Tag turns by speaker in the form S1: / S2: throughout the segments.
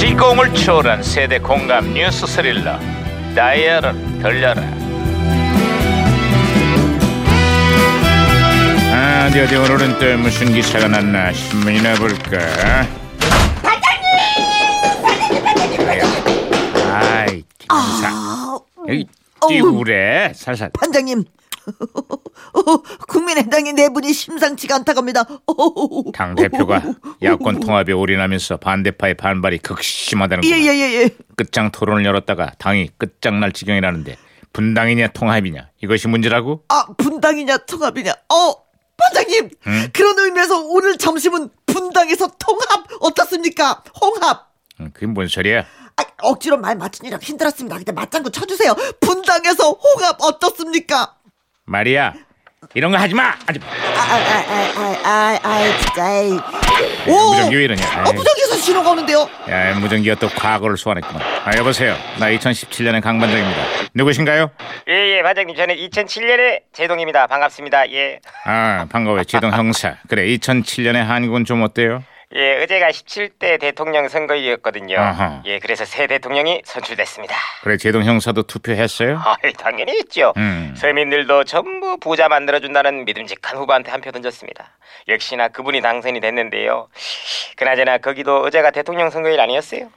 S1: 즐거움을 초월한 세대 공감 뉴스 스릴러 다이얼을 돌려라 아, 어디 어디 오늘은 또 무슨 기사가 났나 신문이나 볼까 아이 기사 여기
S2: 아, 음.
S1: 띄우래 살살
S2: 반장님. 어, 국민의당의 내분이 심상치가 않다고 합니다. 어.
S1: 당 대표가 야권 통합에 올인하면서 반대파의 반발이 극심하다는
S2: 예,
S1: 거
S2: 예, 예, 예.
S1: 끝장 토론을 열었다가 당이 끝장날 지경이라는데 분당이냐 통합이냐 이것이 문제라고?
S2: 아, 분당이냐, 통합이냐. 어, 반장님. 그런 의미에서 오늘 점심은 분당에서 통합 어떻습니까? 홍합.
S1: 음, 그게 뭔 소리야?
S2: 아, 억지로 말 맞추느라 힘들었습니다. 근데 맞장구 쳐주세요. 분당에서 홍합 어떻습니까?
S1: 말이야 이런 거 하지 마! 하지 마!
S2: 아, 아, 아, 아, 아, 아, 아 진짜. 에이. 오!
S1: 무전기 왜 이러냐?
S2: 아, 무전기에서 신호가 오는데요.
S1: 야, 무전기가 또 과거를 소환했구만 아 여보세요 나 2017년의 강반장입니다 누구신가요?
S3: 예, 예, 반장님. 저는 2007년에 제동입니다. 반갑습니다. 예.
S1: 아 반가워요 제동 형사 그래 2007년의 한국은 좀 어때요?
S3: 예, 어제가 17대 대통령 선거일이었거든요.
S1: 아하.
S3: 예, 그래서 새 대통령이 선출됐습니다.
S1: 그래 제동 형사도 투표했어요?
S3: 아, 당연히 있죠.
S1: 음.
S3: 서민들도 전부 부자 만들어준다는 믿음직한 후보한테 한 표 던졌습니다. 역시나 그분이 당선이 됐는데요. 그나저나 거기도 어제가 대통령 선거일 아니었어요?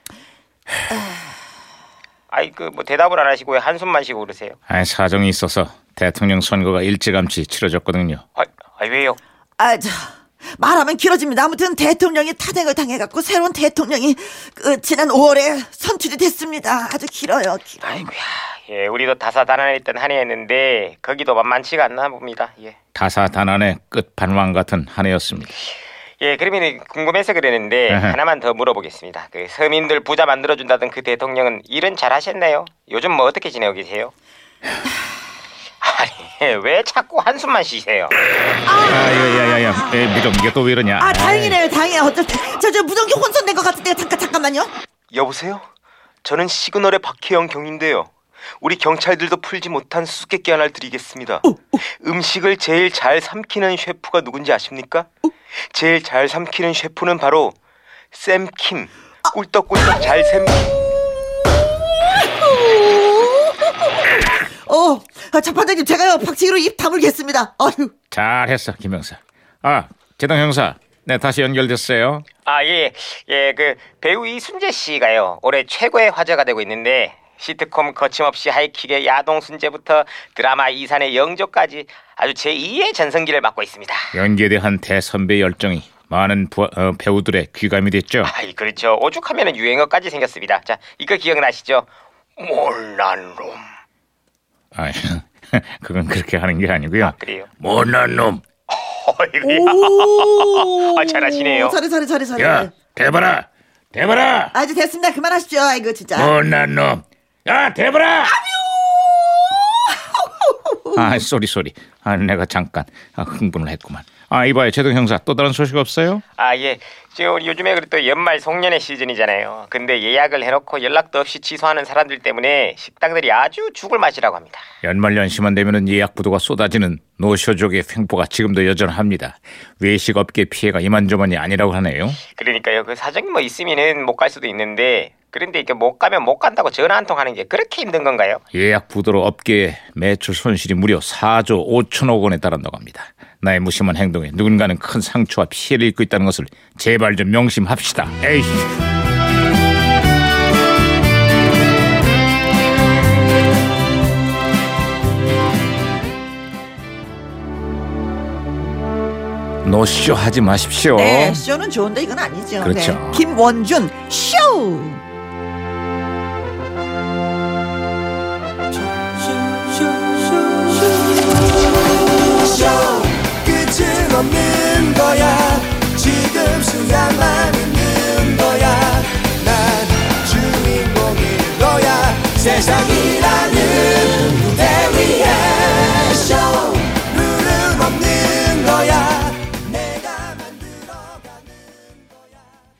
S3: 아이 그 뭐 대답을 안 하시고 왜 한숨만 쉬고 그러세요?
S1: 아 사정이 있어서 대통령 선거가 일찌감치 치러졌거든요
S3: 아, 아 왜요?
S2: 아, 저, 말하면 길어집니다. 아무튼 대통령이 탄핵을 당해갖고 새로운 대통령이 그 지난 5월에 선출이 됐습니다. 아주 길어요. 길어.
S3: 아이고야, 예, 우리도 다사다난했던 한 해였는데 거기도 만만치가 않나 봅니다. 예,
S1: 다사다난의 끝판왕 같은 한 해였습니다
S3: 예, 그러면 궁금해서 그러는데
S1: 에헤.
S3: 하나만 더 물어보겠습니다. 그 서민들 부자 만들어준다던 그 대통령은 일은 잘하셨나요? 요즘 뭐 어떻게 지내고 계세요? 아니, 왜 자꾸 한숨만 쉬세요?
S1: 아야야야야 에 무전기가 또 왜 이러냐
S2: 아, 다행이네요. 다행이야. 어쩔 때. 저, 저 무전기 혼선된 것 같은데요. 잠깐, 잠깐만요.
S3: 여보세요? 저는 시그널의 박혜영 경인데요. 우리 경찰들도 풀지 못한 수수께끼 하나를 드리겠습니다.
S1: 어,
S3: 음식을 제일 잘 삼키는 셰프가 누군지 아십니까?
S1: 어.
S3: 제일 잘 삼키는 셰프는 바로 샘킴.
S1: 아.
S3: 꿀떡꿀떡 잘 샘킴.
S2: 어, 아, 자, 반장님, 제가요, 박치기로 입 다물겠습니다. 어휴.
S1: 잘했어 김 형사 아 제동 형사 네 다시 연결됐어요
S3: 아, 예. 예, 그 배우 이순재 씨가요. 올해 최고의 화제가 되고 있는데 시트콤 거침없이 하이킥의 야동 순재부터 드라마 이산의 영조까지 아주 제2의 전성기를 맡고 있습니다.
S1: 연기에 대한 대선배 열정이 많은 부- 어, 배우들의 귀감이 됐죠
S3: 아이 그렇죠. 오죽하면 유행어까지 생겼습니다. 자, 이거 기억나시죠? 몰란 놈.
S1: 아, 그건 그렇게 하는 게 아니고요
S3: 그래요.
S1: 못난 놈
S3: 어이구야.
S2: 오.
S3: 아, 잘하시네요.
S2: 잘해, 잘해, 잘해, 잘해.
S1: 야, 대봐라 대봐라
S2: 아, 이제 됐습니다. 그만하시죠. 아이고, 진짜.
S1: 못난 놈 야, 대봐라 아, 쏘리 쏘리 아, 내가 잠깐 아, 흥분을 했구만 아, 이봐요 제동 형사 또 다른 소식 없어요?
S3: 아 예. 지금 요즘에 그래도 연말 송년회 시즌이잖아요. 근데 예약을 해놓고 연락도 없이 취소하는 사람들 때문에 식당들이 아주 죽을 맛이라고 합니다.
S1: 연말 연시만 되면은 예약 부도가 쏟아지는 노쇼족의 횡포가 지금도 여전합니다. 외식업계 피해가 이만저만이 아니라고 하네요.
S3: 그러니까요. 그 사정이 뭐 있으면은 못 갈 수도 있는데 그런데 이게 못 가면 못 간다고 전화 한 통 하는 게 그렇게 힘든 건가요?
S1: 예약 부도로 업계의 매출 손실이 무려 4조 5천억 원에 따른다고 합니다. 나의 무심한 행동에 누군가는 큰 상처와 피해를 입고 있다는 것을 제발 좀 명심합시다. 에이. 노쇼 하지 마십시오.
S2: 네, 쇼는 좋은데 이건 아니죠.
S1: 그렇죠.
S2: 네. 김원준, 쇼!
S4: 끝은 없는 거야 지금 순간만 있는 거야 난 주인공일 거야 세상이